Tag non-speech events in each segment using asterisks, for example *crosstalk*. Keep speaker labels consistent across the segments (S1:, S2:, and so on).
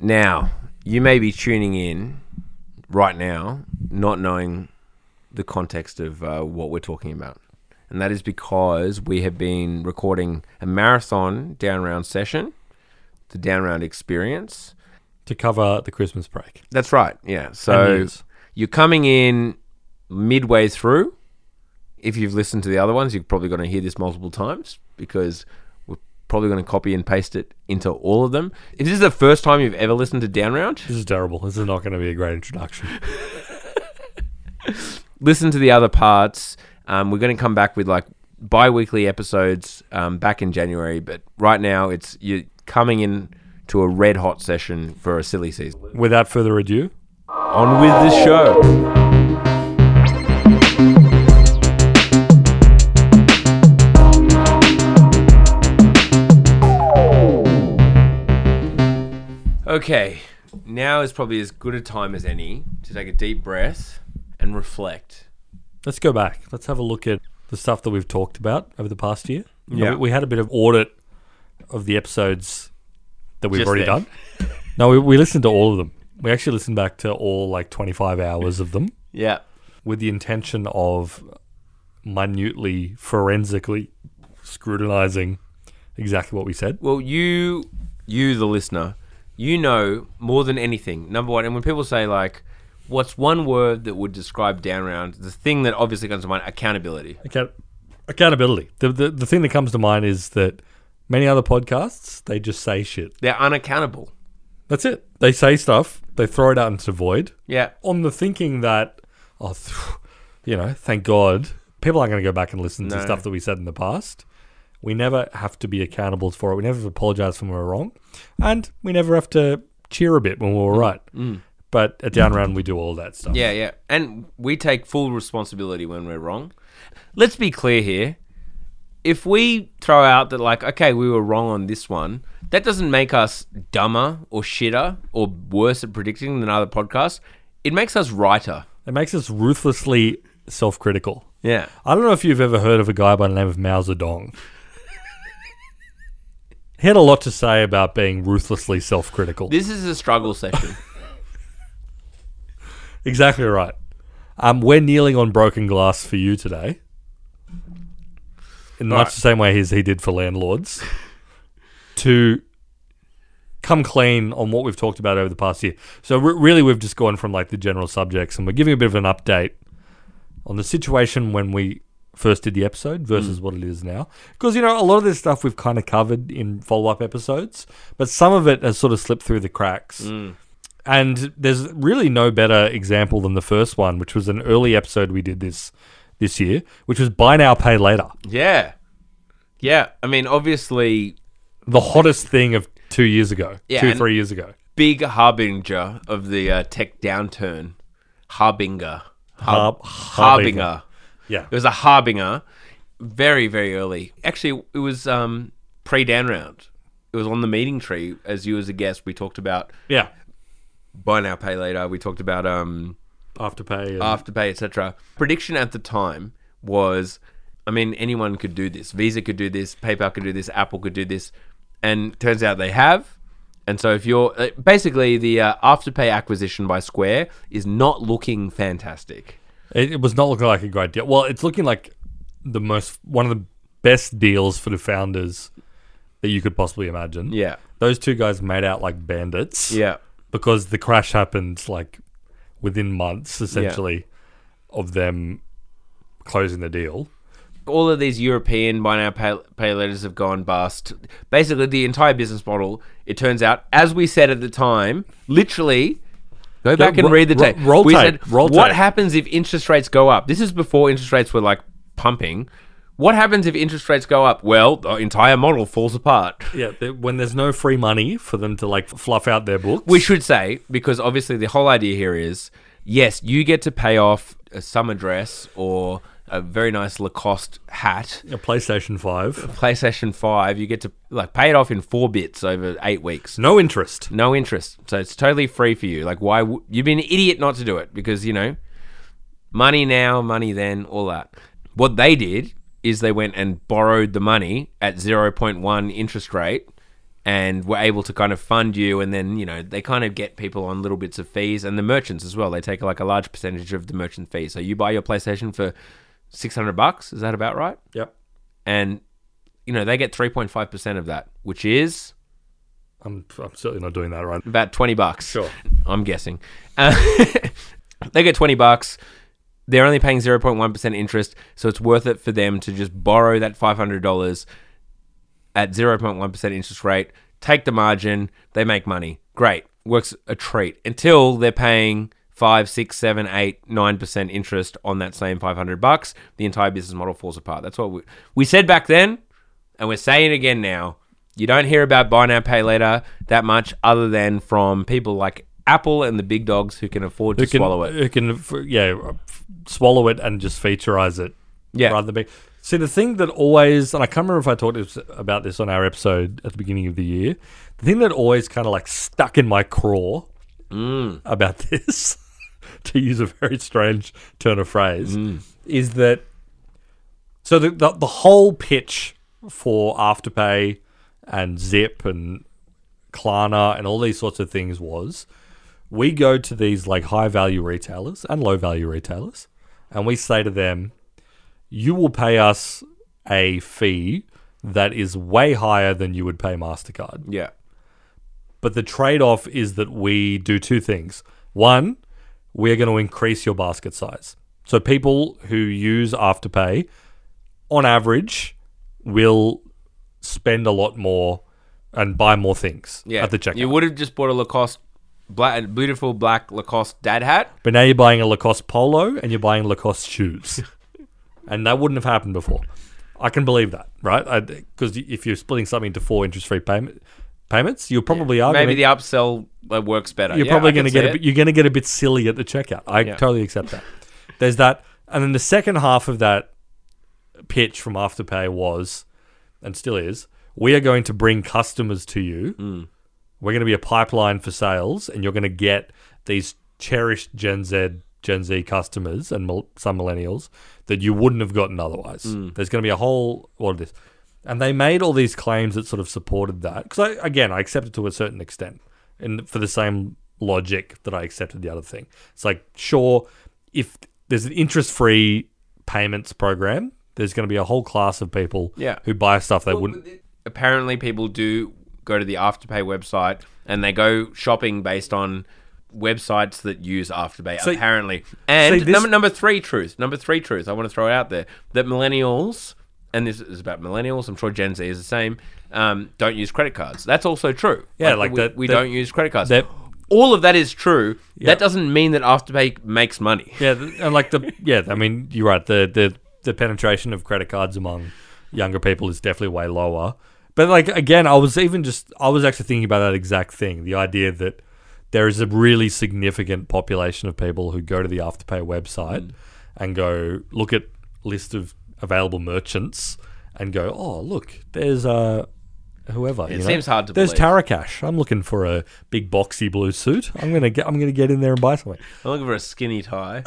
S1: Now, you may be tuning in right now, not knowing the context of uh, what we're talking about. And that is because we have been recording a marathon down round session, the down round experience.
S2: to cover the Christmas break.
S1: That's right. Yeah.
S2: And
S1: So
S2: news.
S1: you're coming in midway through. If you've listened to the other ones, you're probably going to hear this multiple times because we're probably going to copy and paste it into all of them. If this is the first time you've ever listened to Down Round,
S2: This is terrible. This is not going to be a great introduction.
S1: listen to the other parts. Um, we're going to come back with like bi-weekly episodes um, back in January, but right now it's you're coming in to a red hot session for a silly season.
S2: Without further ado,
S1: On with the show. Okay, now is probably as good a time as any to take a deep breath and reflect.
S2: let's go back. Let's have a look at the stuff that we've talked about over the past year. You know,
S1: Yeah.
S2: we, we had a bit of audit of the episodes that we've
S1: Just
S2: already
S1: then.
S2: done. No, we, we listened to all of them. We actually listened back to all like 25 hours of them
S1: Yeah.
S2: with the intention of minutely, forensically scrutinizing exactly what we said.
S1: Well, you, you the listener, you know more than anything. Number one, and when people say like, "What's one word that would describe down round?" The thing that obviously comes to mind: accountability.
S2: Account- accountability. The, the the thing that comes to mind is that many other podcasts they just say shit.
S1: They're unaccountable.
S2: That's it. They say stuff, they throw it out into void,
S1: Yeah,
S2: on the thinking that, oh, *sighs* th- you know, thank God people aren't going to go back and listen to
S1: No.
S2: stuff that we said in the past. We never have to be accountable for it. We never have to apologize when we're wrong, and we never have to cheer a bit when we're right. But at down round, we do all that stuff.
S1: Mm. yeah, yeah. And we take full responsibility when we're wrong. Let's be clear here. If we throw out that like, okay, we were wrong on this one, that doesn't make us dumber or shitter or worse at predicting than other podcasts. It makes us righter.
S2: It makes us ruthlessly self-critical.
S1: Yeah.
S2: I don't know if you've ever heard of a guy by the name of Mao Zedong. he had a lot to say about being ruthlessly self critical.
S1: This is a struggle session.
S2: Exactly right. Um, we're kneeling on broken glass for you today. In much the same way as he did for landlords. to come clean on what we've talked about over the past year. So, re- really, we've just gone from like the general subjects and we're giving a bit of an update on the situation when we first did the episode versus what it is now. Because, you know, a lot of this stuff we've kind of covered in follow up episodes, but some of it has sort of slipped through the cracks. And there's really no better example than the first one, which was an early episode we did this this year, which was buy now pay later,
S1: Yeah. Yeah. I mean, obviously,
S2: the hottest thing of two years ago,
S1: Yeah,
S2: two
S1: and-
S2: three years ago.
S1: big harbinger of the uh, tech downturn. Harbinger. Har-
S2: Harb-
S1: harbinger.
S2: harbinger. Yeah,
S1: It was a harbinger very, very early. Actually, it was um, pre Dan round. It was on the meeting tree. As you, as a guest, we talked about
S2: yeah.
S1: buy now, pay later. We talked about um,
S2: After pay, and
S1: Afterpay, etc. Prediction at the time was, I mean, anyone could do this. Visa could do this, PayPal could do this, Apple could do this, and turns out they have. And so, if you're uh, basically the uh, Afterpay acquisition by Square is not looking fantastic.
S2: it, it was not looking like a great deal. Well, it's looking like the most one of the best deals for the founders that you could possibly imagine.
S1: Yeah,
S2: those two guys made out like bandits.
S1: yeah,
S2: because the crash happened like within months essentially of them closing the deal.
S1: all of these European buy now pay, pay letters have gone bust. Basically, the entire business model. It turns out, as we said at the time, literally. Go back and
S2: ro-
S1: read the
S2: ro-
S1: tape.
S2: roll
S1: we
S2: tape,
S1: said,
S2: roll
S1: what
S2: tape."
S1: happens if interest rates go up? This is before interest rates were like pumping. What happens if interest rates go up? Well, the entire model falls apart. *laughs*
S2: Yeah, they, when there's no free money for them to like fluff out their books.
S1: We should say, because obviously the whole idea here is yes, you get to pay off a summer dress or a very nice Lacoste hat.
S2: a PlayStation 5,
S1: PlayStation Five, you get to like pay it off in four bits over eight weeks,
S2: no interest.
S1: no interest. So it's totally free for you. Like, why w- you'd be an idiot not to do it because you know, money now, money then, all that. What they did is they went and borrowed the money at zero point one interest rate and were able to kind of fund you and then you know they kind of get people on little bits of fees and the merchants as well they take like a large percentage of the merchant fees so you buy your playstation for 600 bucks is that about right
S2: Yep.
S1: and you know they get 3.5% of that which is
S2: I'm, I'm certainly not doing that right.
S1: about 20 bucks
S2: Sure.
S1: i'm guessing *laughs* Uh, they get 20 bucks they're only paying 0.1% interest so it's worth it for them to just borrow that $500 at 0.1% interest rate take the margin they make money great works a treat until they're paying 5 6 7 8 9% interest on that same 500 bucks the entire business model falls apart that's what we, we said back then and we're saying it again now. You don't hear about buy now, pay later that much, other than from people like Apple and the big dogs who can afford to
S2: It can,
S1: swallow it.
S2: It can, f- yeah, f- swallow it and just featureize it.
S1: Yeah.
S2: Rather than be. See, the thing that always, and I can't remember if I talked this- about this on our episode at the beginning of the year, the thing that always kind of like stuck in my craw
S1: Mm.
S2: about *laughs* this, to use a very strange turn of phrase,
S1: Mm.
S2: is that so the, the the whole pitch for Afterpay and Zip and Klarna and all these sorts of things was we go to these like high value retailers and low value retailers and we say to them you will pay us a fee that is way higher than you would pay Mastercard
S1: Yeah.
S2: but the trade off is that we do two things. One, we're going to increase your basket size. So people who use Afterpay, on average, will spend a lot more and buy more things
S1: Yeah.
S2: at the checkout.
S1: You would have just bought a Lacoste black, beautiful black Lacoste dad hat.
S2: but now you're buying a Lacoste polo and you're buying
S1: *laughs*
S2: Lacoste shoes. and that wouldn't have happened before. I can believe that, right? Because if you're splitting something into four interest-free payment, payments, you probably are
S1: Maybe
S2: gonna-
S1: the upsell uh, works better.
S2: you're
S1: Yeah, I
S2: probably
S1: can
S2: going to
S1: see
S2: get a
S1: it.
S2: bit, you're going to get a bit silly at the checkout. I totally accept that. There's that, and then the second half of that pitch from Afterpay was, and still is, we are going to bring customers to
S1: Mm.
S2: you. We're going to be a pipeline for sales, and you're going to get these cherished Gen Z Gen Z customers and mil- some millennials that you wouldn't have gotten otherwise. There's going to be a whole lot of this. And they made all these claims that sort of supported that. Because, I, again, I accept it to a certain extent and for the same logic that I accepted the other thing. It's like, sure, if there's an interest free payments program, there's going to be a whole class of people
S1: Yeah.
S2: who buy stuff they wouldn't.
S1: apparently people do go to the afterpay website and they go shopping based on websites that use afterpay
S2: So-
S1: apparently and
S2: so this-
S1: number, number three truth number three truth i want to throw it out there that millennials and this is about millennials i'm sure gen z is the same um, don't use credit cards that's also true
S2: Yeah, like
S1: we,
S2: that-
S1: we
S2: that-
S1: don't use credit cards
S2: that-
S1: all of that is true that doesn't mean that afterpay makes money
S2: Yeah, th- and like the yeah, I mean you're right. The the the penetration of credit cards among younger people is definitely way lower. But like again, I was even just I was actually thinking about that exact thing. The idea that there is a really significant population of people who go to the Afterpay
S1: Mm.
S2: website and go look at list of available merchants and go, oh look, there's uh, whoever. It
S1: seems hard to
S2: There's
S1: believe.
S2: Tarakash. I'm looking for a big boxy blue suit. I'm gonna get. I'm gonna get in there and buy something.
S1: i'm looking for a skinny tie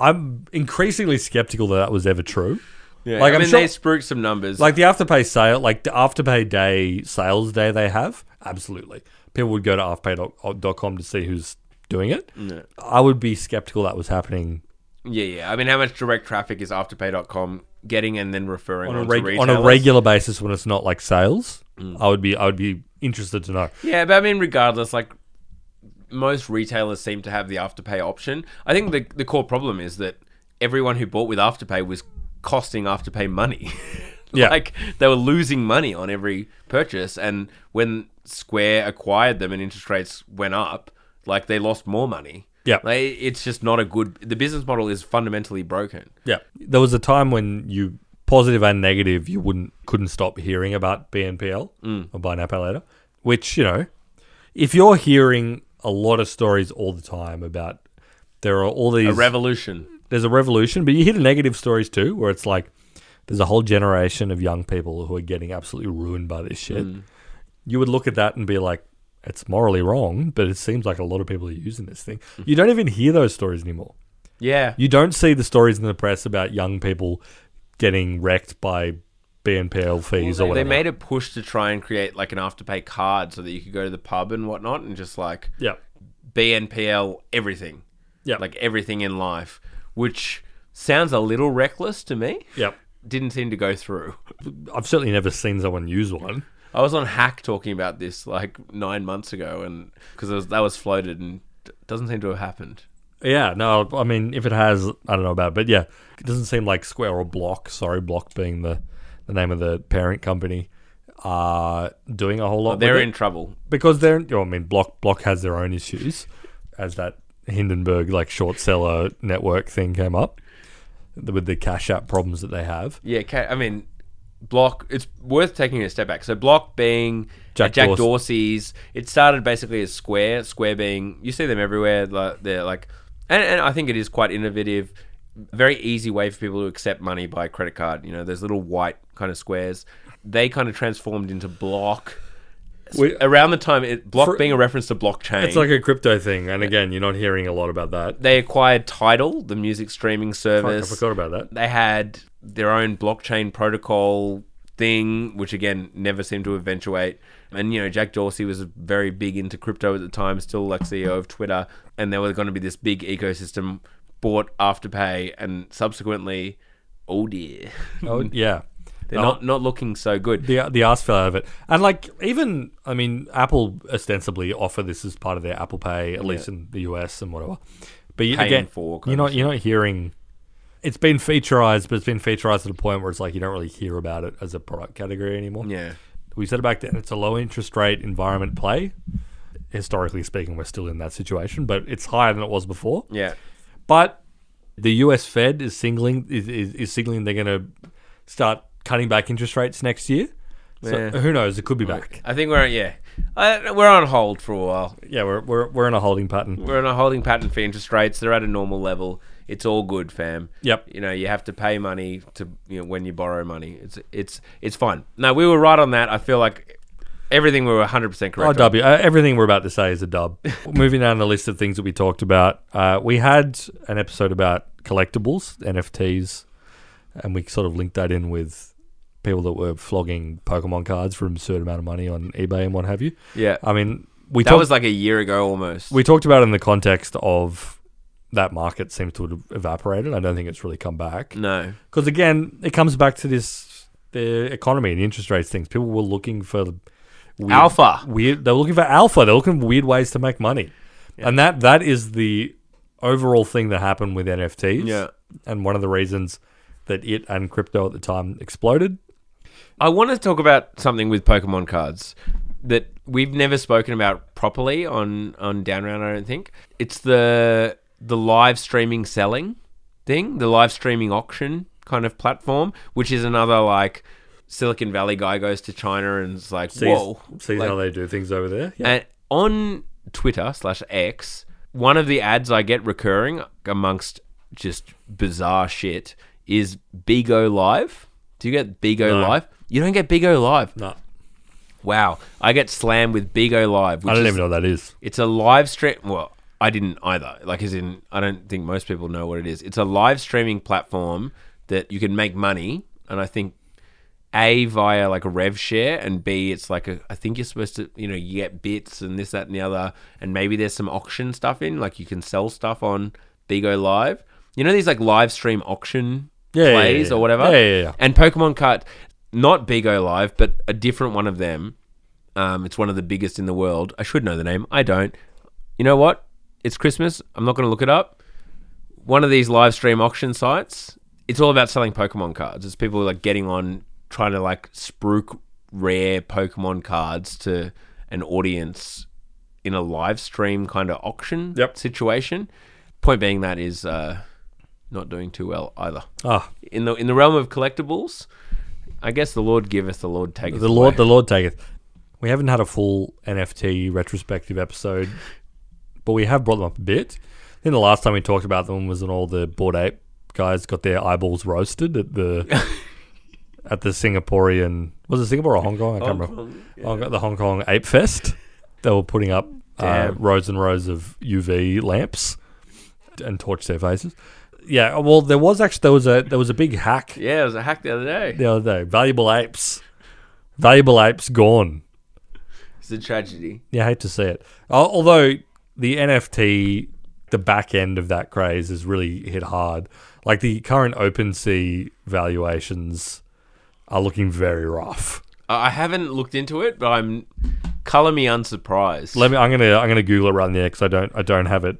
S2: I'm increasingly skeptical that that was ever true.
S1: yeah,
S2: *laughs* Like,
S1: i
S2: I'm
S1: mean
S2: sure-
S1: they spruik some numbers
S2: Like the afterpay sale, like the afterpay day sales day they have, absolutely. People would go to afterpay.com to see who's doing it. I would be skeptical that was happening
S1: Yeah, yeah. I mean, how much direct traffic is Afterpay.com getting and then referring
S2: on a,
S1: on,
S2: reg- on a regular basis when it's not like sales. I would be I would be interested to know.
S1: Yeah, but I mean, regardless, like most retailers seem to have the Afterpay option. I think the the core problem is that everyone who bought with Afterpay was costing Afterpay money. *laughs*
S2: Yeah.
S1: like they were losing money on every purchase, and when Square acquired them and interest rates went up, like they lost more money.
S2: Yeah.
S1: like, it's just not a good. The business model is fundamentally broken.
S2: Yeah. There was a time when you positive and negative you wouldn't couldn't stop hearing about BNPL or buy now pay later, which you know, if you're hearing a lot of stories all the time about there are all these
S1: A revolution.
S2: there's a revolution, but you hear the negative stories too, where it's like there's a whole generation of young people who are getting absolutely ruined by this shit. You would look at that and be like, it's morally wrong, but it seems like a lot of people are using this thing. You don't even hear those stories anymore.
S1: Yeah,
S2: You don't see the stories in the press about young people getting wrecked by BNPL fees or
S1: They
S2: whatever.
S1: made a push to try and create like an afterpay card so that you could go to the pub and whatnot and just like
S2: yeah,
S1: BNPL everything.
S2: yeah,
S1: Like everything in life, which sounds a little reckless to me.
S2: yeah.
S1: Didn't seem to go through.
S2: I've certainly never seen someone use one.
S1: I was on Hack talking about this like nine months ago, and because was, that was floated and d- doesn't seem to have happened.
S2: Yeah, no, I mean, if it has, I don't know about, it, but yeah, it doesn't seem like Square or Block. Sorry, Block being the the name of the parent company, are doing a whole lot.
S1: They're
S2: with it.
S1: in trouble.
S2: because they're oh, I mean Block Block has their own issues as that Hindenburg like short seller network thing came up th- with the cash app problems that they have.
S1: Yeah, ca- I mean, Block. It's worth taking a step back. So Block being Jack,
S2: Jack
S1: Jack
S2: Dorse-
S1: Dorsey's. It started basically as Square. Square being you see them everywhere. Like they're like, and, and I think it is quite innovative. Very easy way for people to accept money by credit card. You know, those little white kind of squares. They kind of transformed into Block.
S2: We-
S1: Around the time it, Block
S2: For-
S1: being a reference to blockchain.
S2: It's like a crypto thing, and again, you're not hearing a lot about that.
S1: they acquired Tidal, the music streaming
S2: Fuck, I
S1: service.
S2: forgot about that.
S1: They had their own blockchain protocol thing, which again never seemed to eventuate. And you know, Jack Dorsey was very big into crypto at the time, still like CEO of Twitter, and there was going to be this big ecosystem bought afterpay and subsequently oh dear *laughs*
S2: Oh, yeah.
S1: they're
S2: No.
S1: not not looking so good
S2: The, the ass fell out of it. And, like, even, I mean, Apple ostensibly offer this as part of their Apple Pay, at least in the US and whatever. But you,
S1: Paying
S2: again,
S1: for kind
S2: you're,
S1: of
S2: not, you're not hearing. It's been featureized, but it's been featureized at a point where it's like you don't really hear about it as a product category anymore.
S1: yeah
S2: we said it back then it's a low interest rate environment play historically speaking we're still in that situation but it's higher than it was before
S1: yeah
S2: but the us fed is singling is, is, is signaling they're going to start cutting back interest rates next year so
S1: Yeah.
S2: who knows it could be back
S1: i think we're yeah I, we're on hold for a while
S2: yeah we're, we're, we're in a holding pattern
S1: We're on a holding pattern for interest rates. They're at a normal level. It's all good, fam.
S2: Yep.
S1: You know, you have to pay money to you know when you borrow money. It's it's it's fine. No, we were right on that. I feel like everything we were 100% correct.
S2: Oh,
S1: on.
S2: W. Uh, everything we're about to say is a
S1: *laughs*
S2: dub. Moving down the list of things that we talked about, uh, we had an episode about collectibles, NFTs, and we sort of linked that in with people that were flogging Pokemon cards for an absurd amount of money on eBay and what have you.
S1: Yeah.
S2: I mean, we
S1: that
S2: talked
S1: was like a year ago almost.
S2: Uh, we talked about it in the context of that market seems to have evaporated. I don't think it's really come back
S1: no.
S2: because again, it comes back to this the economy and the interest rates things. People were looking for weird,
S1: Alpha.
S2: weird. They're looking for alpha. They're looking for weird ways to make money, and that that is the overall thing that happened with NFTs.
S1: Yeah.
S2: and one of the reasons that it and crypto at the time exploded.
S1: I want to talk about something with Pokemon cards that we've never spoken about properly on on Down Round. I don't think it's the the live streaming selling thing, the live streaming auction kind of platform, which is another like Silicon Valley guy goes to China and is like, whoa,
S2: see
S1: like-
S2: how they do things over there. Yeah,
S1: and on Twitter slash X, one of the ads I get recurring amongst just bizarre shit is Bigo Live. Do you get Bigo
S2: No.
S1: Live? You don't get Bigo Live.
S2: no,
S1: Wow, I get slammed with Bigo Live. Which
S2: I don't
S1: is,
S2: even know what that is.
S1: It's a live stream. Well, I didn't either. Like, as in, I don't think most people know what it is. It's a live streaming platform that you can make money, and I think a via like a rev share, and b it's like a. I think you're supposed to, you know, you get bits and this, that, and the other, and maybe there's some auction stuff in. Like, you can sell stuff on Bigo Live. You know these like live stream auction
S2: Yeah, yeah, yeah,
S1: plays
S2: yeah.
S1: or whatever.
S2: Yeah, yeah, yeah.
S1: And Pokemon Card, not Bigo Live, but a different one of them. Um, it's one of the biggest in the world. I should know the name. I don't. You know what? It's Christmas. I'm not going to look it up. One of these live stream auction sites. It's all about selling Pokemon cards. It's people like getting on, trying to like spruik rare Pokemon cards to an audience in a live stream kind of auction
S2: Yep.
S1: situation. Point being that is uh, not doing too well either
S2: Ah,
S1: in the in the realm of collectibles, I guess the Lord giveth, the Lord taketh.
S2: the Lord, the Lord taketh. We haven't had a full NFT retrospective episode, but we have brought them up a bit. I think the last time we talked about them was when all the board ape guys got their eyeballs roasted at *laughs* the at the Singaporean was it Singapore or Hong Kong? I can't remember. Hong Kong- the Hong Kong Ape Fest. They were putting up uh,
S1: Damn.
S2: rows and rows of UV lamps and torch their faces. yeah, well, there was actually there was a there was a big hack
S1: Yeah, it was a hack the other day.
S2: the other day. Valuable apes, valuable apes gone.
S1: It's a tragedy.
S2: Yeah, I hate to see it. Al- Although the NFT, the back end of that craze has really hit hard. Like the current OpenSea valuations are looking very rough.
S1: I I haven't looked into it, but I'm color me unsurprised.
S2: Let me. I'm gonna. I'm gonna Google it right there because I don't. I don't have it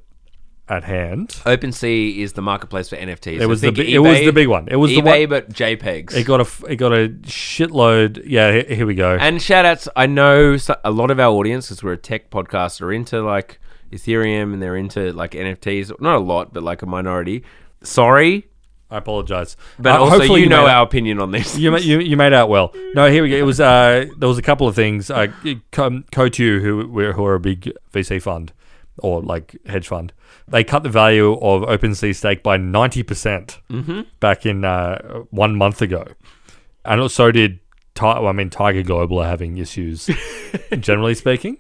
S2: at hand.
S1: OpenSea is the marketplace for NFTs.
S2: It was the. Bi- it was the big one. It was
S1: eBay,
S2: the one.
S1: but JPEGs.
S2: It got a. f- It got a shitload. Yeah. Here, here we go.
S1: and shout outs. I know so- a lot of our audience, because we're a tech podcast, are into like Ethereum and they're into like NFTs. Not a lot, but like a minority. Sorry,
S2: I apologize.
S1: but
S2: Uh,
S1: also
S2: hopefully
S1: you know
S2: made-
S1: our opinion on this.
S2: *laughs* You, ma- you you made out well. No, here we go. It was uh, there was a couple of things. Uh, Co- Kotu, who were- who are a big VC fund or like hedge fund, they cut the value of OpenSea stake by ninety percent back in uh, one month ago, and also did. Ti- well, I mean, Tiger Global are having issues, generally speaking,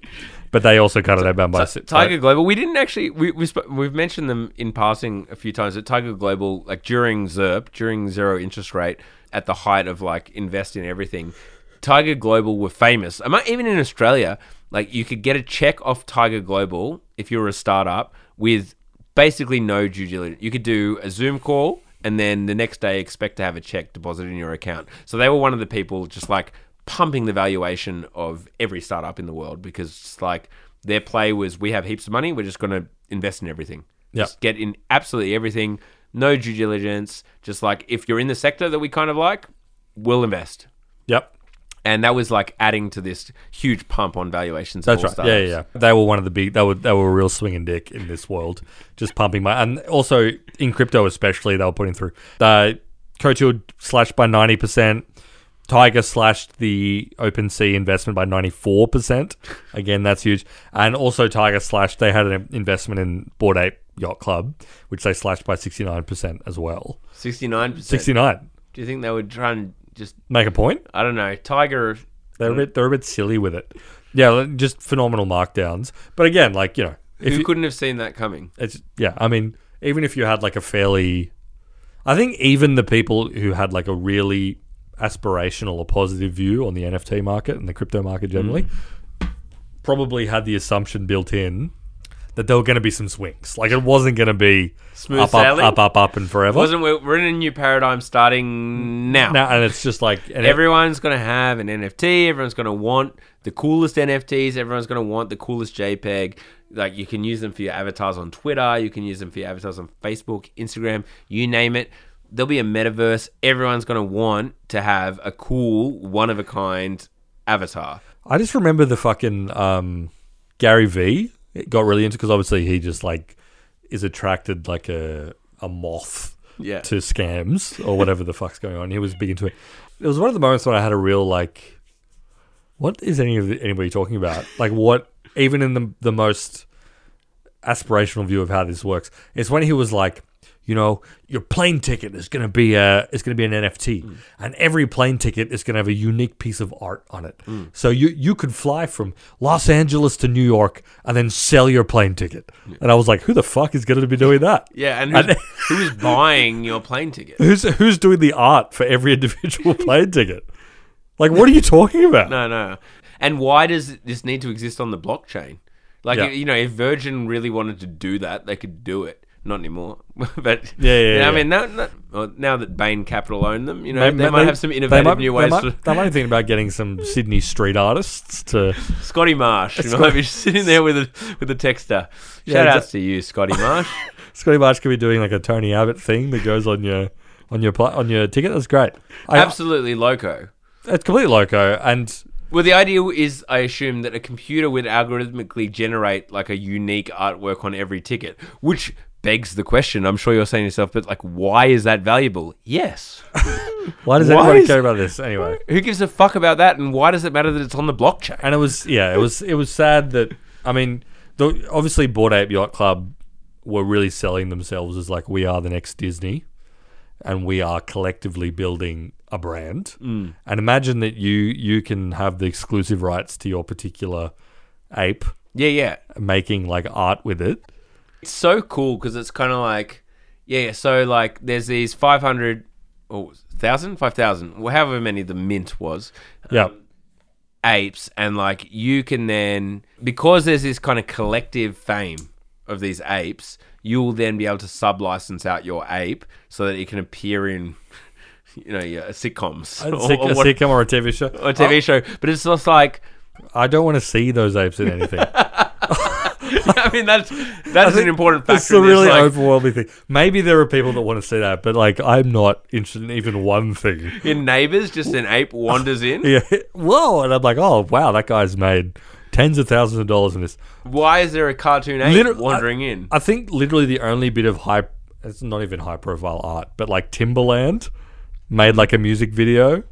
S2: but they also cut it down by
S1: Ti-
S2: si- uh,
S1: Tiger Global. We didn't actually. We, we sp- we've mentioned them in passing a few times. That Tiger Global, like during ZERP, during zero interest rate, at the height of like invest in everything, Tiger Global were famous. Am I- even in Australia? Like you could get a check off Tiger Global if you were a startup with basically no due diligence. You could do a Zoom call and then the next day expect to have a check deposited in your account. So they were one of the people just like pumping the valuation of every startup in the world because it's like their play was we have heaps of money, we're just going to invest in everything.
S2: Yeah.
S1: Just get in absolutely everything, no due diligence, just like if you're in the sector that we kind of like, we'll invest.
S2: Yep,
S1: And that was like adding to this huge pump on valuations.
S2: That's right. Yeah, yeah, yeah. They were one of the big. They were they were a real swinging dick in this world, just pumping my and also in crypto especially they were putting through. The Kotul slashed by ninety percent. Tiger slashed the OpenSea investment by ninety four percent. Again, that's huge. And also Tiger slashed. They had an investment in Board Ape Yacht Club, which they slashed by sixty nine percent as well.
S1: 69%.
S2: Sixty nine.
S1: Do you think they would try and just,
S2: Make a point.
S1: I don't know, Tiger
S2: They're a bit. They're a bit silly with it. Yeah, just phenomenal markdowns. But again, like you know, if
S1: who
S2: you,
S1: couldn't have seen that coming?
S2: it's yeah. I mean, even if you had like a fairly, I think even the people who had like a really aspirational or positive view on the NFT market and the crypto market generally,
S1: Mm.
S2: probably had the assumption built in that there were going to be some swings. Like it wasn't going to be
S1: Smooth
S2: up, up,
S1: sailing?
S2: up, up, up, and forever.
S1: Wasn't we're, we're in a new paradigm starting now.
S2: now, and it's just like and it-
S1: Everyone's going to have an NFT. Everyone's going to want the coolest NFTs. Everyone's going to want the coolest JPEG. Like you can use them for your avatars on Twitter. You can use them for your avatars on Facebook, Instagram, you name it. There'll be a metaverse. Everyone's going to want to have a cool, one of a kind avatar.
S2: I just remember the fucking um, Gary V got really into because obviously he just like is attracted like a a moth
S1: Yeah.
S2: to scams or whatever the fuck's going on. He was big into it. It was one of the moments when I had a real like, what is any of the, anybody talking about? Like what even in the the most aspirational view of how this works. It's when he was like, you know, your plane ticket is gonna be a is gonna be an NFT, and every plane ticket is gonna have a unique piece of art on it. So you you could fly from Los Angeles to New York and then sell your plane ticket. And I was like, who the fuck is gonna be doing that?
S1: Yeah, and who's, who's buying your plane
S2: *laughs*
S1: ticket?
S2: Who's who's doing the art for every *laughs* individual plane ticket? Like, what are you talking about?
S1: No, no. And why does this need to exist on the blockchain? Like,
S2: Yeah.
S1: you know, if Virgin really wanted to do that, they could do it. Not anymore, *laughs* but
S2: Yeah, yeah,
S1: you know, I
S2: yeah.
S1: mean, now, now, well, now that Bain Capital own them, you know,
S2: May-
S1: they
S2: may-
S1: might
S2: may-
S1: have some
S2: they
S1: innovative
S2: might-
S1: new
S2: they
S1: ways.
S2: might-
S1: to, *laughs*
S2: They might think about getting some Sydney street artists to
S1: Scotty Marsh, you might be sitting there with a with a texter. Shout
S2: Yeah,
S1: outs
S2: exa-
S1: to you, Scotty
S2: *laughs*
S1: Marsh.
S2: Scotty Marsh could be doing like a Tony Abbott thing that goes on your on your pla- on your ticket. That's great. I,
S1: Absolutely loco.
S2: It's completely loco, and
S1: Well, the idea is, I assume, that a computer would algorithmically generate like a unique artwork on every ticket, which begs the question. I'm sure you're saying to yourself, but like, why is that valuable? Yes.
S2: why does
S1: Why
S2: everybody
S1: is-
S2: care about this anyway?
S1: Who gives a fuck about that? And why does it matter that it's on the blockchain?
S2: And it was yeah, it was it was sad that I mean, the, obviously Board Ape Yacht Club were really selling themselves as like we are the next Disney, and we are collectively building a brand. Mm. And imagine that you you can have the exclusive rights to your particular ape,
S1: Yeah, yeah.
S2: making like art with it.
S1: It's so cool because it's kind of like Yeah, yeah, so like there's these oh, 500 or 1,000? 5,000, well, however many the mint was,
S2: Yeah.
S1: apes. And like you can then, because there's this kind of collective fame of these apes, you will then be able to sub license out your ape so that it can appear in, *laughs* you know, your sitcoms *laughs*
S2: A
S1: or,
S2: sick- Oh.
S1: or
S2: a
S1: what-
S2: sitcom or a TV show.
S1: or a TV show. But it's just like, *laughs*
S2: I don't want to see those apes in anything.
S1: I mean, that's that's an important factor.
S2: That's the
S1: in this,
S2: really
S1: like,
S2: overwhelming thing. Maybe there are people that want to see that, but like I'm not interested in even one thing.
S1: in Neighbours, just an ape wanders in.
S2: Yeah. *laughs* Whoa. And I'm like, oh wow, that guy's made tens of thousands of dollars in this.
S1: Why is there a cartoon ape
S2: Literally-
S1: wandering in?
S2: I think literally the only bit of high it's not even high profile art, but like Timberland made like a music video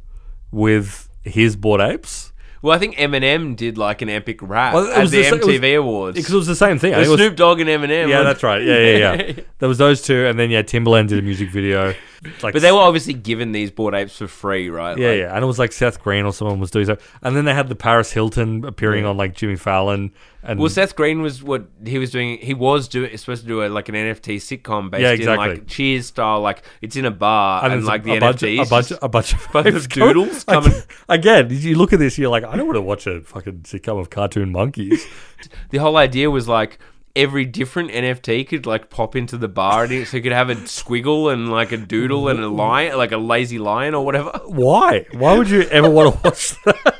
S2: with his board apes.
S1: Well, I think Eminem did like an epic rap
S2: Well, it
S1: at
S2: was
S1: the
S2: the sa- it was-
S1: MTV Awards.
S2: Because it was the same thing. I think it was-
S1: Snoop Dogg and Eminem.
S2: yeah,
S1: weren't-
S2: that's right. Yeah, yeah,
S1: *laughs*
S2: yeah. there was those two, and then yeah, Timberland did a music video. Like,
S1: But they were obviously given these board apes for free, right?
S2: Yeah,
S1: Like,
S2: yeah. And it was like Seth Green or someone was doing so. And then they had the Paris Hilton appearing on like Jimmy Fallon. And
S1: Well, Seth Green was what he was doing. He was doing supposed to do a, like an NFT sitcom based
S2: Yeah,
S1: in
S2: exactly.
S1: like Cheers style. Like it's in a bar and,
S2: there's
S1: like
S2: a,
S1: the
S2: a bunch,
S1: NFTs.
S2: a bunch, a bunch
S1: *laughs*
S2: of,
S1: bunch
S2: *laughs*
S1: of doodles
S2: Like,
S1: coming-
S2: Again, you look at this, you're like, I don't want to watch a fucking sitcom of cartoon monkeys.
S1: the whole idea was like every different NFT could like pop into the bar, and it, so you could have a squiggle and like a doodle
S2: *laughs*
S1: and a lion, like a lazy lion or whatever.
S2: Why? Why would you ever want to *laughs* watch that?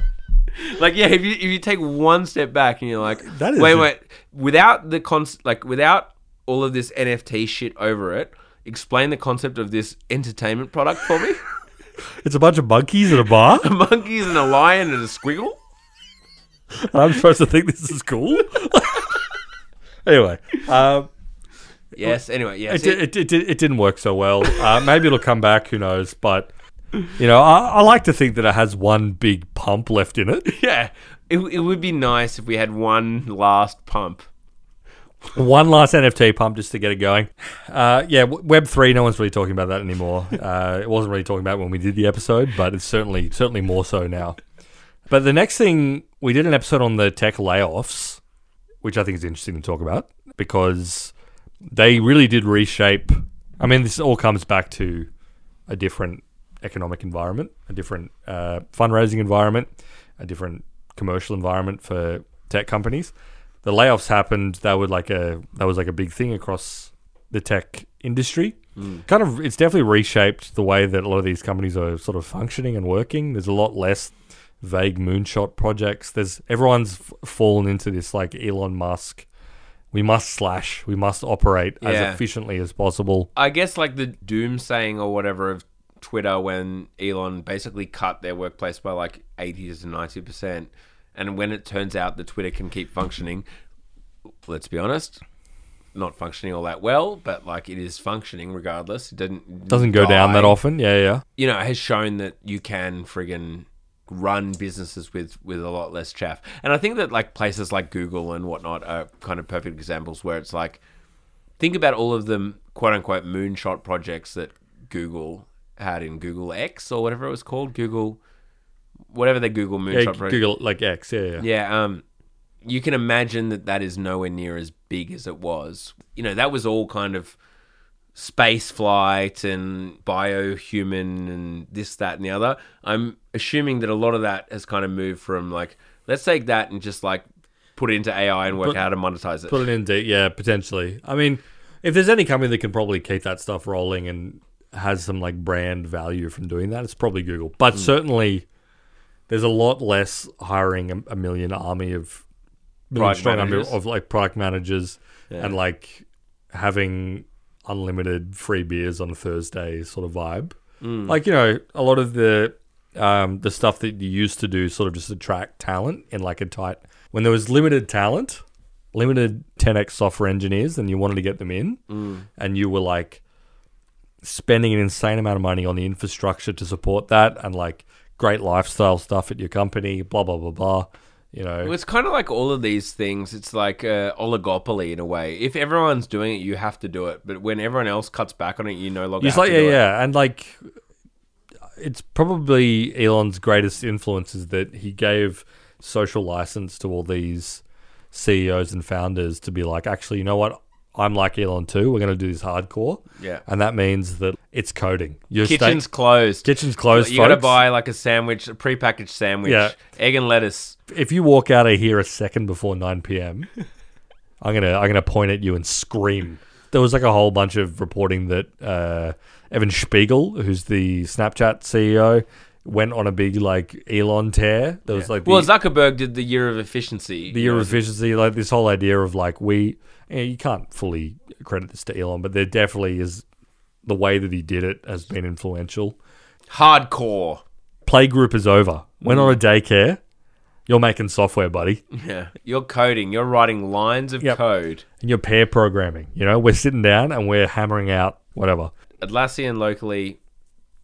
S1: Like yeah, if you if you take one step back and you're like,
S2: That is
S1: wait,
S2: a-
S1: wait, without the cons, like without all of this NFT shit over it, explain the concept of this entertainment product for me. *laughs*
S2: It's a bunch of monkeys at a bar,
S1: a monkey and a lion and a squiggle.
S2: and I'm supposed to think this is cool. *laughs* anyway, um,
S1: Yes. Anyway, yes.
S2: it, did, it, it, did- it didn't work so well. Uh, maybe it'll come back. Who knows? But you know, I, I like to think that it has one big pump left in it.
S1: yeah. It, it would be nice if we had one last pump.
S2: One last NFT pump just to get it going. Uh, yeah, w- Web three. No one's really talking about that anymore. Uh, it wasn't really talking about it when we did the episode, but it's certainly certainly more so now. But the next thing we did an episode on the tech layoffs, which I think is interesting to talk about because they really did reshape. I mean, this all comes back to a different economic environment, a different uh, fundraising environment, a different commercial environment for tech companies. The layoffs happened. That was like a that was like a big thing across the tech industry.
S1: Hmm.
S2: Kind of, it's definitely reshaped the way that a lot of these companies are sort of functioning and working. There's a lot less vague moonshot projects. There's everyone's f- fallen into this like Elon Musk. We must slash. We must operate
S1: Yeah.
S2: as efficiently as possible.
S1: I guess like the doomsaying or whatever of Twitter when Elon basically cut their workplace by like 80 to 90%. And when it turns out that Twitter can keep functioning, let's be honest, not functioning all that well, but like it is functioning regardless. It doesn't
S2: Doesn't go down that
S1: die.
S2: often. Yeah, yeah.
S1: you know, has shown that you can friggin' run businesses with with a lot less chaff. And I think that like places like Google and whatnot are kind of perfect examples where it's like, think about all of the quote unquote moonshot projects that Google had in Google X or whatever it was called, Google, whatever the Google moonshot
S2: yeah
S1: project.
S2: Google like X. Yeah, yeah.
S1: Yeah, um, you can imagine that that is nowhere near as big as it was. You know, that was all kind of space flight and biohuman and this, that, and the other. I'm assuming that a lot of that has kind of moved from like, let's take that and just like put it into AI and work out how to monetize it.
S2: Put it in deep. Yeah, potentially. I mean, if there's any company that can probably keep that stuff rolling and has some like brand value from doing that, it's probably Google.
S1: Hmm.
S2: But certainly, there's a lot less hiring a, a million army of million
S1: Product
S2: strong army
S1: managers.
S2: of like product managers and like having unlimited free beers on a Thursday sort of vibe.
S1: Hmm.
S2: Like you know, a lot of the um, the stuff that you used to do sort of just attract talent in like a tight when there was limited talent, limited 10x software engineers, and you wanted to get them in,
S1: Mm.
S2: and you were like spending an insane amount of money on the infrastructure to support that, and like great lifestyle stuff at your company, blah blah blah blah. You know,
S1: Well, It's kind of like all of these things. It's like a oligopoly in a way. If everyone's doing it, you have to do it. But when everyone else cuts back on it, you no longer
S2: He's
S1: have
S2: like,
S1: to
S2: yeah,
S1: do it.
S2: yeah, and like, it's probably Elon's greatest influence is that he gave E social license to all these CEOs and founders to be like, actually, you know what? I'm like Elon too. We're going to do this hardcore.
S1: Yeah.
S2: And that means that it's coding. Your sta-
S1: Kitchen's closed.
S2: kitchen's closed.
S1: you got to
S2: folks.
S1: buy like a sandwich, a prepackaged sandwich,
S2: Yeah.
S1: egg and lettuce.
S2: If you walk out of here a second before 9 p.m., *laughs* I'm gonna I'm gonna point at you and scream. There was like a whole bunch of reporting that uh, Evan Spiegel, who's the Snapchat CEO, went on a big like Elon tear. There was like the,
S1: Well, Zuckerberg did the year of efficiency.
S2: the
S1: you
S2: year
S1: know,
S2: of efficiency, like this whole idea of like we eh, you can't fully credit this to Elon, but there definitely is the way that he did it has been influential.
S1: hardcore. *laughs*
S2: Playgroup is over. Went
S1: Mm.
S2: on a daycare. You're making software, buddy.
S1: Yeah. You're coding. You're writing lines of
S2: Yep.
S1: code.
S2: And you're pair programming. You know, we're sitting down and we're hammering out whatever.
S1: Atlassian locally,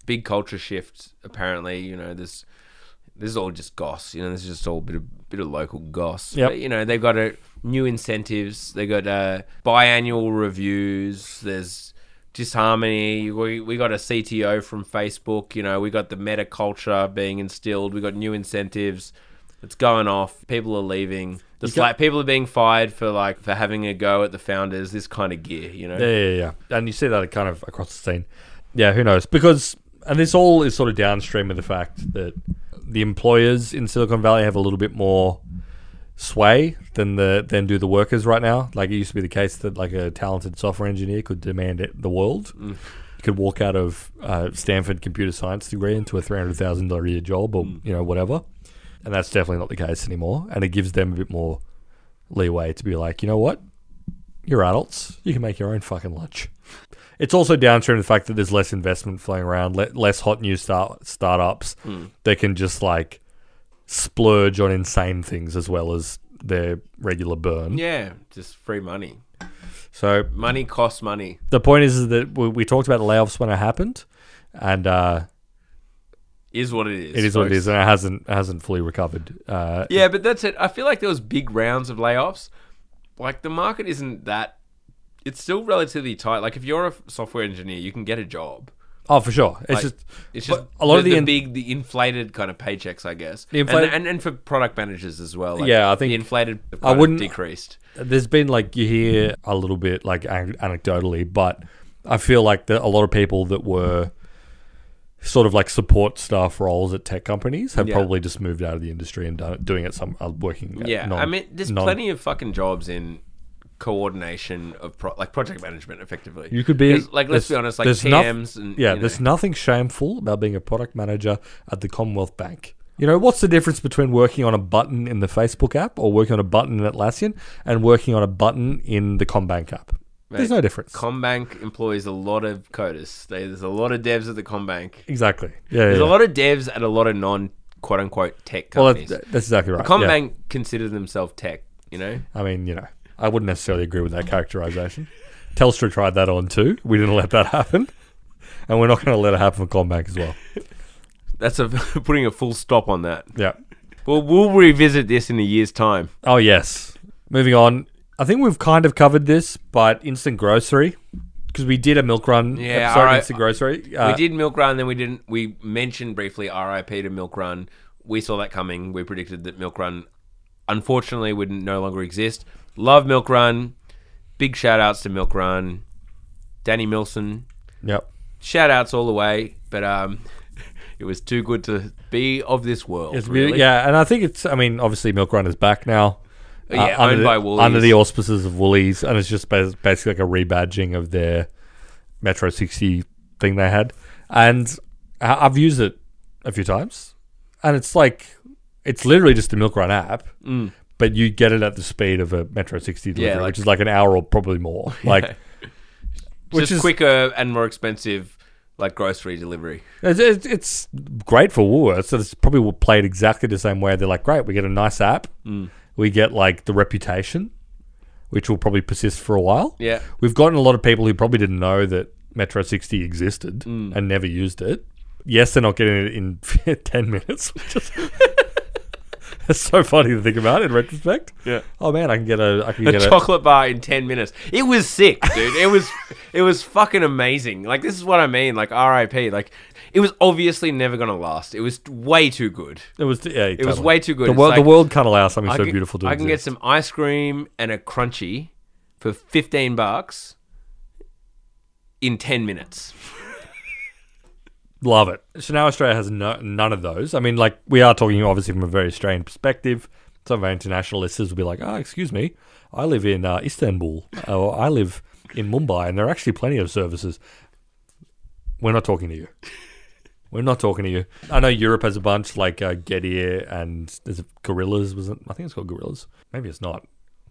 S1: big culture shift. Apparently, you know this. This is all just goss. You know, this is just all a bit of bit of local goss.
S2: Yep.
S1: But, you know, they've got a, new incentives. They got uh, biannual reviews. There's disharmony. We we got a CTO from Facebook. You know, we got the meta culture being instilled. We got new incentives. It's going off. People are leaving. The
S2: got-
S1: slight people are being fired for like for having a go at the founders. This kind of gear, you know.
S2: Yeah, yeah, yeah. And you see that kind of across the scene. Yeah, who knows? Because and this all is sort of downstream of the fact that the employers in Silicon Valley have a little bit more sway than the than do the workers right now. Like it used to be the case that like a talented software engineer could demand it, the world. You could walk out of uh, Stanford computer science degree into a three hundred thousand dollar a year job, or you know whatever. And that's definitely not the case anymore. And it gives them a bit more leeway to be like, you know what, you're adults. You can make your own fucking lunch. It's also downstream to the fact that there's less investment flowing around, le- less hot new start- startups that can just like splurge on insane things as well as their regular burn.
S1: Yeah, just free money.
S2: So
S1: Money costs money.
S2: the point is, is that we, we talked about the layoffs when it happened, and uh,
S1: Is what it is.
S2: it is what it
S1: folks.
S2: is, and it hasn't hasn't fully recovered. Uh,
S1: Yeah, but that's it. I feel like there was big rounds of layoffs. Like the market isn't that. It's still relatively tight. Like if you're a software engineer, you can get a job.
S2: oh, for sure. It's just
S1: It's
S2: but
S1: just
S2: a lot of the, in-
S1: big, the inflated kind of paychecks, I guess.
S2: The inflated-
S1: and, and and for product managers as well. like,
S2: Yeah, I think-
S1: the inflated. kind
S2: I
S1: of
S2: wouldn't-
S1: decreased.
S2: there's been like you hear a little bit like an- anecdotally, but I feel like that a lot of people that were sort of like support staff roles at tech companies have
S1: Yeah.
S2: probably just moved out of the industry and done it, doing it some uh, working. at
S1: Yeah, I
S2: non-
S1: mean, there's
S2: non-
S1: plenty of fucking jobs in coordination of pro- like project management, effectively.
S2: You could be
S1: 'Cause, like, let's be
S2: there's-
S1: honest, like
S2: there's
S1: TMs
S2: noth-
S1: and
S2: yeah,
S1: you know.
S2: there's nothing shameful about being a product manager at the Commonwealth Bank. You know, what's the difference between working on a button in the Facebook app or working on a button in Atlassian and working on a button in the Combank app? There's
S1: Mate,
S2: no difference.
S1: Combank employs a lot of coders. They, there's a lot of devs at the Combank.
S2: exactly. Yeah. yeah,
S1: There's
S2: yeah.
S1: a lot of devs at a lot of non quote unquote tech
S2: Well,
S1: companies.
S2: that's, that's exactly right. yeah.
S1: Combank consider themselves tech, you know?
S2: I mean, you know, I wouldn't necessarily agree with
S1: *laughs*
S2: that characterization. Telstra tried that on too. We didn't let that happen. And we're not going to let it happen for Combank as well.
S1: That's a *laughs* putting a full stop on that.
S2: Yeah.
S1: Well, we'll revisit this in a year's time.
S2: Oh, yes. Moving on. I think we've kind of covered this, but instant grocery, because we did a milk run
S1: Yeah,
S2: episode,
S1: alright.
S2: instant grocery. Uh,
S1: we did Milk Run, then we didn't. We mentioned briefly RIP to Milk Run. We saw that coming. We predicted that Milk Run, unfortunately, would no longer exist. Love Milk Run. Big shout outs to Milk Run. Danny Milson.
S2: Yep.
S1: Shout outs all the way. But um, it was too good to be of this world.
S2: It's
S1: really.
S2: really? Yeah, and I think it's, I mean, obviously Milk Run is back now.
S1: Yeah,
S2: uh,
S1: owned
S2: under
S1: by
S2: the,
S1: Woolies.
S2: Under the auspices of Woolies, and it's just bas- basically like a rebadging of their Metro 60 thing they had. And I- I've used it a few times, and it's like, it's literally just the Milk Run app, but you get it at the speed of a Metro 60 delivery,
S1: Mm. like-
S2: which is like an hour or
S1: *laughs*
S2: probably more. Like,
S1: just quicker and more expensive, like grocery delivery.
S2: It's, it's, it's great for Woolworths. So it's probably will play it exactly the same way. They're like, great, we get a nice app.
S1: Mm.
S2: We get like the reputation, which will probably persist for a while.
S1: Yeah.
S2: We've gotten a lot of people who probably didn't know that Metro 60 existed
S1: Mm.
S2: and never used it. Yes, they're not getting it in *laughs* 10 minutes. Which is *laughs* It's so funny to think about in retrospect.
S1: Yeah.
S2: Oh man, I can get a I can
S1: A
S2: get a
S1: chocolate bar in ten minutes. It was sick, dude. It was *laughs* it was fucking amazing. Like this is what I mean. Like R.I.P. Like it was obviously never gonna last. It was way too good.
S2: it was yeah,
S1: It was way too good.
S2: The
S1: It's
S2: world
S1: like,
S2: the world can't allow something
S1: I
S2: so
S1: can-
S2: beautiful to
S1: I can get
S2: exist.
S1: some ice cream and a crunchy, for 15 bucks in 10 minutes.
S2: Love it. So now Australia has no, none of those. I mean, like, we are talking obviously from a very Australian perspective. Some of our international listeners will be like, oh, excuse me, I live in uh, Istanbul or I live in Mumbai, and there are actually plenty of services. We're not talking to you. We're not talking to you. I know Europe has a bunch, like uh, Gettier and there's a Gorillas, wasn't I think it's called Gorillas. Maybe it's not.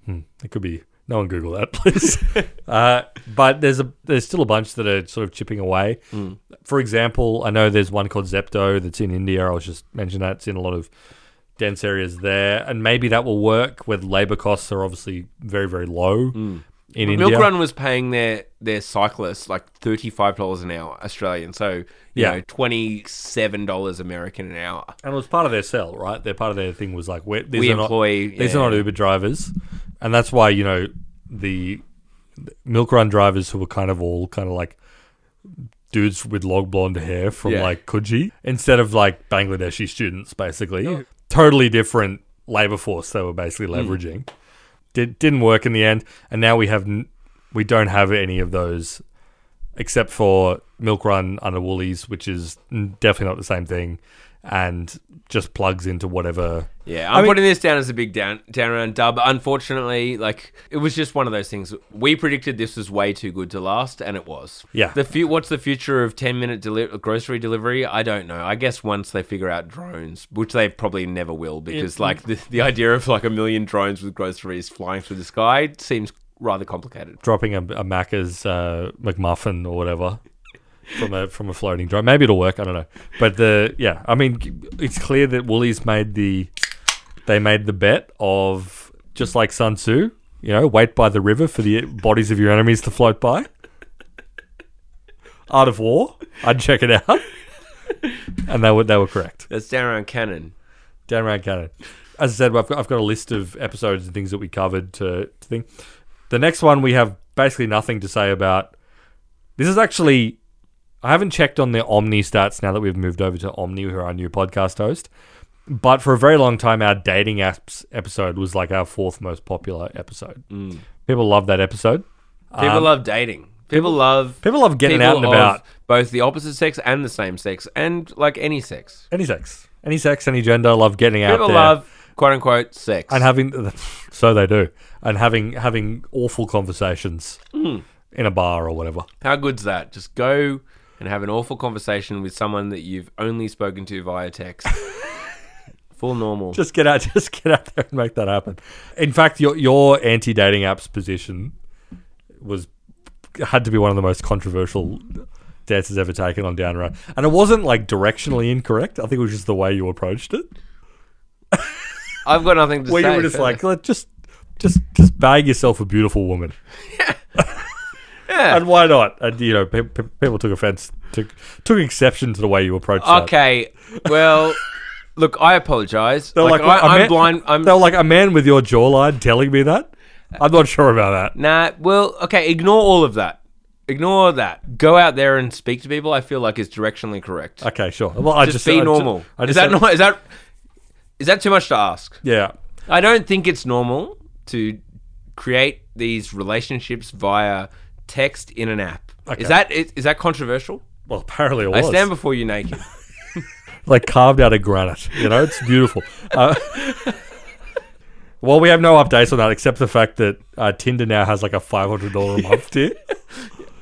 S2: Hmm, it could be. No one Google that, please. uh, but there's a there's still a bunch that are sort of chipping away. For example, I know there's one called Zepto that's in India. I was just mentioning that it's in a lot of dense areas there, and maybe that will work where labor costs are obviously very very low in India.
S1: Milk Run was paying their, their cyclists like $35 an hour Australian. So, you
S2: Yeah.
S1: know, $27 American an hour.
S2: And it was part of their sell, right? Their part of their thing was like, we're, these
S1: We
S2: are
S1: employ-
S2: not, these
S1: yeah.
S2: are not Uber drivers, and that's why you know the, the milk run drivers who were kind of all kind of like dudes with long blonde hair from
S1: Yeah.
S2: like Coogee instead of like Bangladeshi students, basically, totally different labor force they were basically leveraging. Did didn't work in the end, and now we have n- we don't have any of those except for Milk Run under Woolies, which is n- definitely not the same thing, and just plugs into whatever.
S1: Yeah, I'm putting this down as a big down down round dub. Unfortunately, like it was just one of those things. We predicted this was way too good to last, and it was.
S2: Yeah.
S1: The fu- what's the future of ten minute deli- grocery delivery? I don't know. I guess once they figure out drones, which they probably never will, because like the, the idea of like a million drones with groceries flying through the sky seems rather complicated.
S2: Dropping a, a Macca's uh, McMuffin or whatever from a from a floating drone, maybe it'll work. I don't know, but the yeah, I mean, it's clear that Woolies made the they made the bet of just like Sun Tzu, you know, wait by the river for the bodies of your enemies to float by. Art of War, I'd check it out, and they were they were correct.
S1: That's down round canon.
S2: Down round cannon. As I said, I've got, I've got a list of episodes and things that we covered to, to think. The next one we have basically nothing to say about. This is actually, I haven't checked on the Omni stats now that we've moved over to Omni, who are our new podcast host. But for a very long time, our dating apps episode was like our fourth most popular episode.
S1: Mm.
S2: People love that episode.
S1: People love dating. People love
S2: Um, People love getting out and
S1: people of
S2: about.
S1: both the opposite sex and the same sex, and like any sex.
S2: Any sex, any sex, any gender, love getting out.
S1: People
S2: there.
S1: love quote unquote sex.
S2: and having so they do and having having awful conversations in a bar or whatever
S1: How good's that? Just go and have an awful conversation with someone that you've only spoken to via text.
S2: *laughs*
S1: Full normal.
S2: just get out *laughs* just get out there and make that happen in fact your your anti-dating apps position was had to be one of the most controversial dances ever taken on down road and it wasn't like directionally incorrect i think it was just the way you approached it
S1: I've got nothing to
S2: where
S1: say.
S2: you were just like let just just just bag yourself a beautiful *laughs* woman
S1: *laughs* Yeah.
S2: and why not? And you know, pe- pe- people took offense, took took exception to the way you approached. that.
S1: okay,
S2: *laughs*
S1: well, look, I apologize.
S2: They're
S1: Like,
S2: like, "What, a
S1: I, I'm
S2: man-
S1: blind. I'm
S2: They're like a man with your jawline telling me that. I'm not sure about that.
S1: nah. Well, okay, ignore all of that. Ignore that. Go out there and speak to people. I feel like is directionally correct.
S2: Okay, sure. Well, I
S1: just,
S2: just, I
S1: be
S2: ju-
S1: normal.
S2: I
S1: is
S2: just,
S1: that not? Is that is that too much to ask?
S2: Yeah,
S1: I don't think it's normal to create these relationships via text in an app.
S2: Okay.
S1: Is that is, is that controversial?
S2: well, apparently it
S1: I
S2: was
S1: stand before you *laughs* naked.
S2: like carved out of granite. You know, it's
S1: *laughs*
S2: beautiful. Uh, *laughs* well, we have no updates on that except the fact that uh, Tinder now has like a five hundred dollar
S1: *laughs*
S2: a month tier.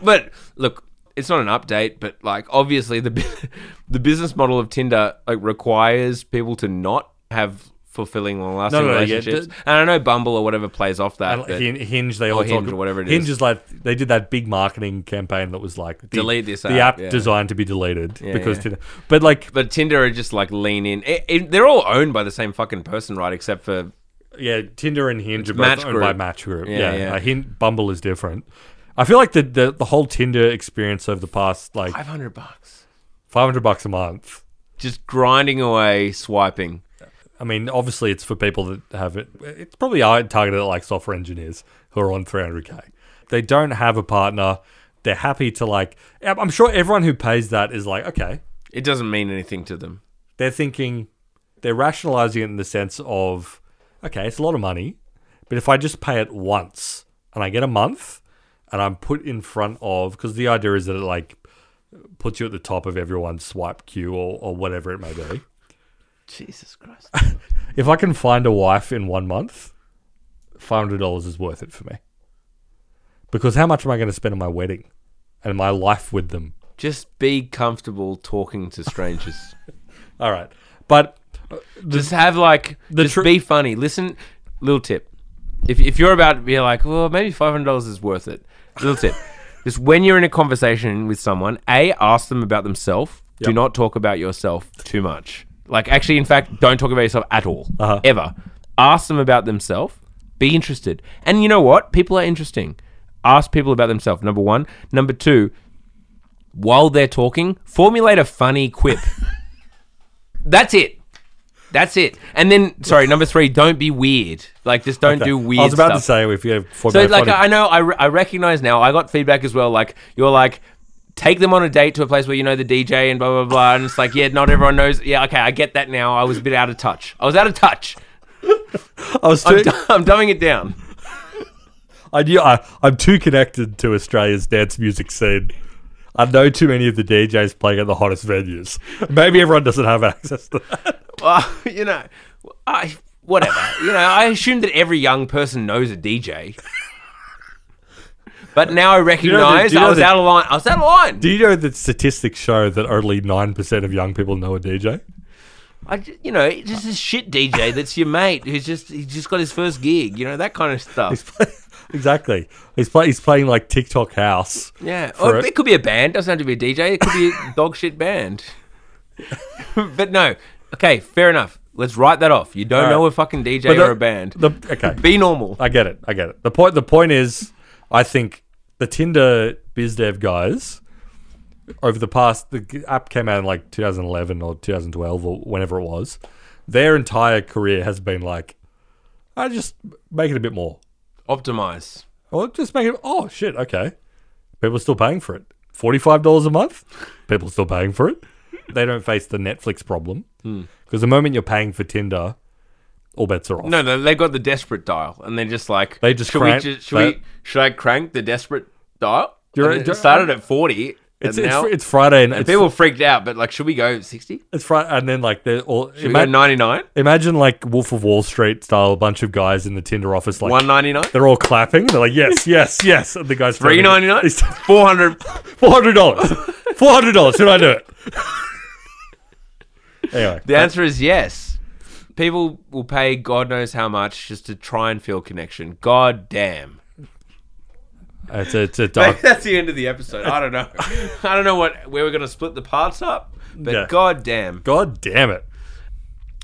S1: but look, it's not an update, but like obviously the bu- *laughs* the business model of Tinder like requires people to not have fulfilling long-lasting
S2: No, no, no, yeah,
S1: relationships.
S2: d-
S1: and I know Bumble or whatever plays off that.
S2: And like
S1: but
S2: Hin- Hinge, they all
S1: Hinge
S2: talk,
S1: or whatever it
S2: Hinge
S1: is.
S2: is like they did that big marketing campaign that was like the,
S1: Delete this
S2: the
S1: app,
S2: app,
S1: yeah.
S2: designed to be deleted because
S1: yeah.
S2: Tinder. But like,
S1: but Tinder are just like lean in. It- it- they're all owned by the same fucking person, right? Except for
S2: yeah, Tinder and Hinge are both
S1: Match
S2: owned by
S1: Group.
S2: Match Group.
S1: Yeah,
S2: Yeah,
S1: yeah.
S2: Uh, Hin- Bumble is different. I feel like the, the the whole Tinder experience over the past like
S1: five hundred bucks.
S2: five hundred bucks a month.
S1: Just grinding away, swiping.
S2: I mean, obviously, it's for people that have it. It's probably are targeted at like software engineers who are on 300k. They don't have a partner. They're happy to like. I'm sure everyone who pays that is like, okay,
S1: It doesn't mean anything to them.
S2: they're thinking they're rationalizing it in the sense of okay it's a lot of money but if i just pay it once and I get a month and I'm put in front of because the idea is that it like puts you at the top of everyone's swipe queue or, or whatever it may be.
S1: Jesus Christ.
S2: If I can find a wife in one month, five hundred dollars is worth it for me. Because how much am I going to spend on my wedding and my life with them?
S1: *laughs* Just be comfortable talking to *laughs* strangers.
S2: All right, but
S1: just have like just
S2: tru-
S1: be funny. Listen, little tip. If if you're about to be like, well, maybe five hundred dollars is worth it. Little
S2: *laughs*
S1: tip. Just when you're in a conversation with someone, A, ask them about themselves. Do
S2: Yep.
S1: not talk about yourself too much. Like actually, in fact, don't talk about yourself at all.
S2: Uh-huh.
S1: Ever. Ask them about themselves. Be interested. And you know what? People are interesting. Ask people about themselves. Number one. Number two, while they're talking, formulate a funny quip. That's it. That's it. And then, sorry, number three, don't be weird. Like, just don't do weird
S2: I was about
S1: stuff.
S2: to say if you have
S1: so,
S2: formula
S1: like,
S2: funny-
S1: I know, I, re- I recognize now. I got feedback as well. Like, you're like, take them on a date to a place where you know the DJ and blah blah blah. And it's like, yeah, not everyone knows. Yeah, okay, I get that now. I was a bit out of touch. I was out of touch.
S2: I was
S1: I'm,
S2: too,
S1: d- I'm dumbing it down.
S2: I knew I, I'm too connected to Australia's dance music scene. I know too many of the DJs playing at the hottest venues. *laughs* Maybe everyone doesn't have access to that.
S1: Well, *laughs* you know, I whatever. You know, I assume that every young person knows a DJ. But now I
S2: know the-
S1: recognize
S2: do you know
S1: I was
S2: the-
S1: out of line. I was out of line.
S2: Do you know that statistics show that only 9% of young people know a DJ?
S1: I, ju- you know, it's just this shit DJ that's your mate who's just he's just got his first gig, you know, that kind of
S2: He's
S1: stuff.
S2: play- *laughs* exactly. He's, play- he's playing like TikTok House.
S1: Yeah, or
S2: it-
S1: it could be a band. Doesn't have to be a DJ. It could be
S2: *laughs*
S1: a dog shit band. *laughs* but no, okay, fair enough. Let's write that off. You don't
S2: All right.
S1: know a fucking DJ
S2: But the-
S1: or a band.
S2: The, okay.
S1: be normal.
S2: I get it. I get it. The point. The point is, I think the Tinder biz dev guys over the past the g- app came out in like 2011 or 2012 or whenever it was. Their entire career has been like, I just make it a bit more.
S1: Optimize.
S2: Or just make it. Oh shit. Okay. People are still paying for it. Forty-five dollars a month. People are still paying for it. They don't face the Netflix problem
S1: Hmm.
S2: because the moment you're paying for Tinder, all bets are off.
S1: No, no, they've got the desperate dial, and they're just like
S2: They just
S1: should
S2: crank-
S1: we, ju- should,
S2: they-
S1: we should I crank the desperate dial?
S2: You're-
S1: And it
S2: you're-
S1: started at forty,
S2: It's,
S1: and
S2: it's,
S1: now
S2: it's Friday and,
S1: and
S2: it's-
S1: people freaked out. But like, should we go sixty?
S2: It's Friday, and then like they're all.
S1: Should we go
S2: Ima-
S1: ninety nine?
S2: imagine like Wolf of Wall Street style, a bunch of guys in the Tinder office, like
S1: One ninety nine?
S2: they're all clapping. They're like, yes, yes, yes. And the guy's
S1: Three ninety nine? *laughs* Four hundred?
S2: four hundred
S1: *laughs*
S2: dollars, four hundred dollars. Should I do it? anyway,
S1: The answer is yes. People will pay God knows how much just to try and feel connection. God damn.
S2: it's a, it's a
S1: Maybe
S2: dark.
S1: *laughs* that's the end of the episode. I don't know. *laughs* I don't know what where we're gonna split the parts up, but
S2: Yeah.
S1: god damn.
S2: God damn it!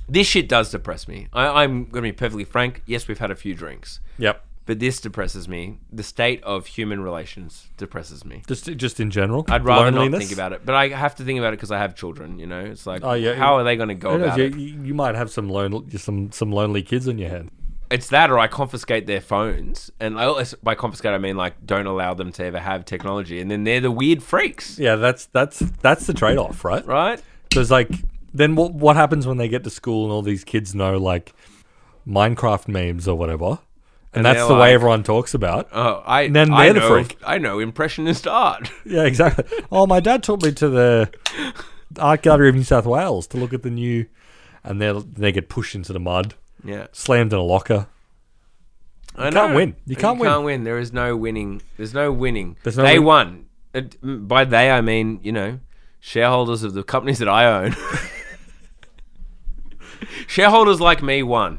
S1: This shit does depress me. I, I'm gonna be perfectly frank. Yes, we've had a few drinks.
S2: Yep.
S1: But this depresses me. The state of human relations depresses me.
S2: Just just in general,
S1: I'd rather not think about it, but I have to think about it because I have children. You know, it's like,
S2: Oh, yeah.
S1: how are they going to go about
S2: you,
S1: it?
S2: you- you might have some lone, some some lonely kids on your hand.
S1: It's that, or I confiscate their phones, and I, by confiscate I mean like don't allow them to ever have technology, and then they're the weird freaks,
S2: Yeah, that's that's that's the trade off, right?
S1: right?
S2: Because like, then what what happens when they get to school and all these kids know like Minecraft memes or whatever, and, that's
S1: they're
S2: the
S1: like-
S2: way everyone talks about.
S1: Oh, I
S2: then
S1: I
S2: they're the
S1: know,
S2: freak.
S1: I know impressionist art. *laughs*
S2: yeah, exactly. oh, my dad took me to the art gallery of New South Wales to look at the new, and they they get pushed into the mud,
S1: yeah,
S2: slammed in a locker.
S1: I
S2: can't
S1: know.
S2: win. You can't win.
S1: Can't win. There is no winning. There's no winning.
S2: There's no
S1: they
S2: win-
S1: won. It- m- by they, I mean you know shareholders of the companies that I own. *laughs* shareholders like me
S2: *laughs*
S1: won,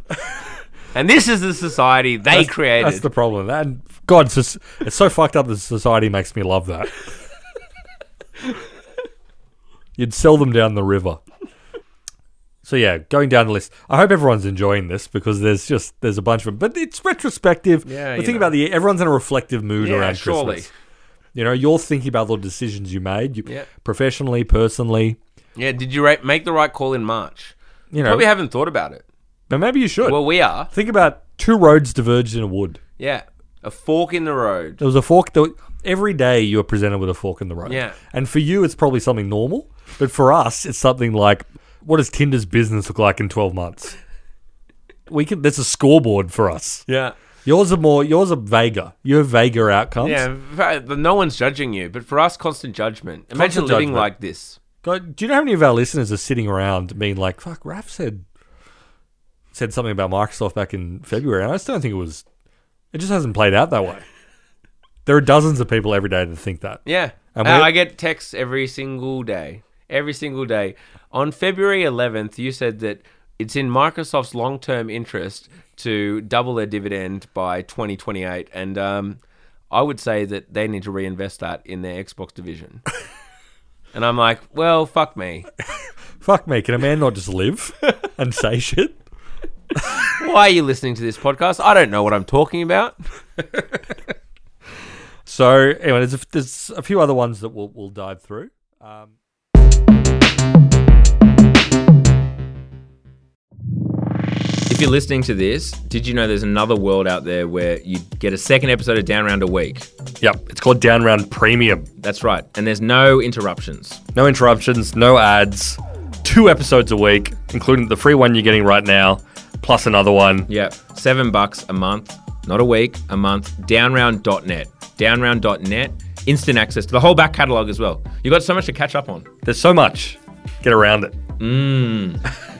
S1: and this is the society they created.
S2: That's the problem. And God, it's, just, it's so fucked up that society makes me love that. *laughs* You'd sell them down the river. So yeah, going down the list. I hope everyone's enjoying this because there's just there's a bunch of them, but it's retrospective.
S1: Yeah,
S2: the
S1: you
S2: thing
S1: know.
S2: about the everyone's in a reflective mood
S1: Yeah,
S2: around
S1: surely.
S2: Christmas. You know, you're thinking about the decisions you made, you,
S1: Yeah.
S2: professionally, personally.
S1: yeah, did you ra- make the right call in March?
S2: You know,
S1: Probably haven't thought about it.
S2: but maybe you should
S1: Well, we are.
S2: think about two roads diverged in a wood.
S1: Yeah. A fork in the road.
S2: There was a fork. There, every day you were presented with a fork in the road.
S1: Yeah.
S2: And for you, it's probably something normal. But for us, it's something like, what does Tinder's business look like in 12 months? We can. That's a scoreboard for us.
S1: Yeah.
S2: Yours are more. Yours are vaguer. You have vaguer outcomes.
S1: Yeah, in fact, no one's judging you, but for us, constant judgment. Imagine
S2: Constant
S1: living
S2: judgment.
S1: like this.
S2: God, do you know how many of our listeners are sitting around being like, "Fuck, Raf said said something about Microsoft back in February," and I just don't think it was. It just hasn't played out that way. There are dozens of people every day that think that.
S1: Yeah.
S2: And
S1: Uh,
S2: we-
S1: I get texts every single day. Every single day. On February 11th, you said that it's in Microsoft's long term interest to double their dividend by 2028. And um, I would say that they need to reinvest that in their Xbox
S3: *laughs*
S1: division. and I'm like, well, fuck me.
S2: Fuck me, can a man not just live *laughs* and say shit?
S1: Why are you listening to this podcast? I don't know what I'm talking about.
S2: So anyway, there's a, there's a few other ones that we'll we'll dive through. Um,
S3: If you're listening to this, did you know there's another world out there where you get a second episode of Down Round a week?
S2: yep, it's called Down Round Premium.
S3: That's right. And there's no interruptions.
S2: No interruptions, no ads, two episodes a week, including the free one you're getting right now, plus another one.
S3: Yeah. Seven bucks a month, not a week, a month. Downround.net. Downround.net. Instant access to the whole back catalogue as well. You've got so much to catch up on.
S2: There's so much. Get around it.